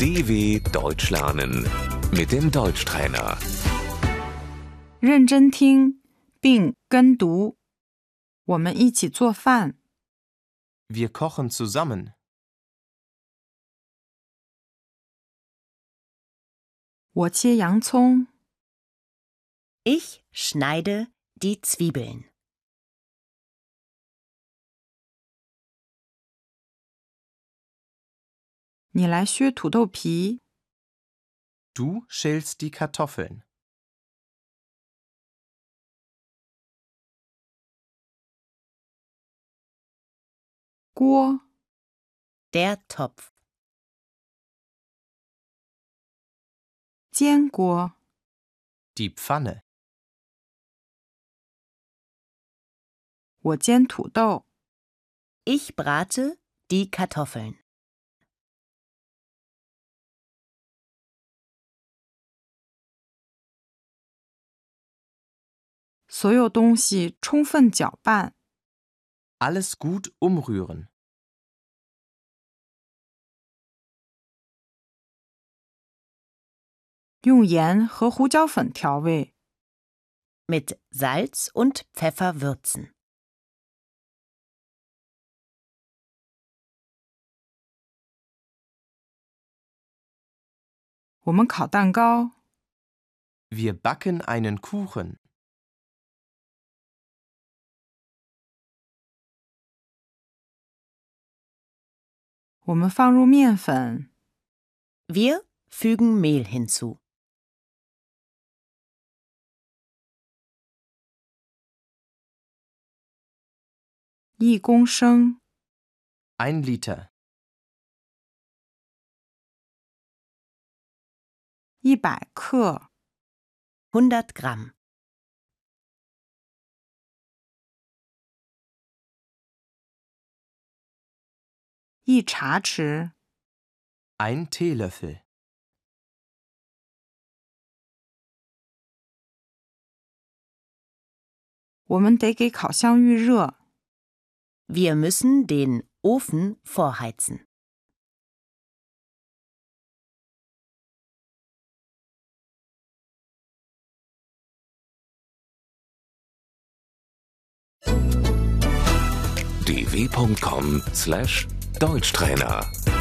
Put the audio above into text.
DW Deutsch lernen mit dem Deutschtrainer. 认真听并跟读。我们一起做饭。 Wir kochen zusammen. 我切洋葱， Ich schneide die Zwiebeln. 你来削土豆皮。 Du schälst die Kartoffeln. 锅， Der Topf. 煎锅， Die Pfanne. 我煎土豆。 Ich brate die Kartoffeln. 所有东西充分搅拌。 Alles gut umrühren. 用盐和胡椒粉调味， Mit Salz und Pfeffer würzen. 我们烤蛋糕。 Wir backen einen Kuchen. 我们放入面粉， Wir fügen Mehl hinzu. 一公升， Ein Liter. 一百克， 100 Gramm. 一茶匙， Ein Teelöffel. 我们得给烤箱预热。 Wir müssen den Ofen vorheizen. dw.com/deutschtrainer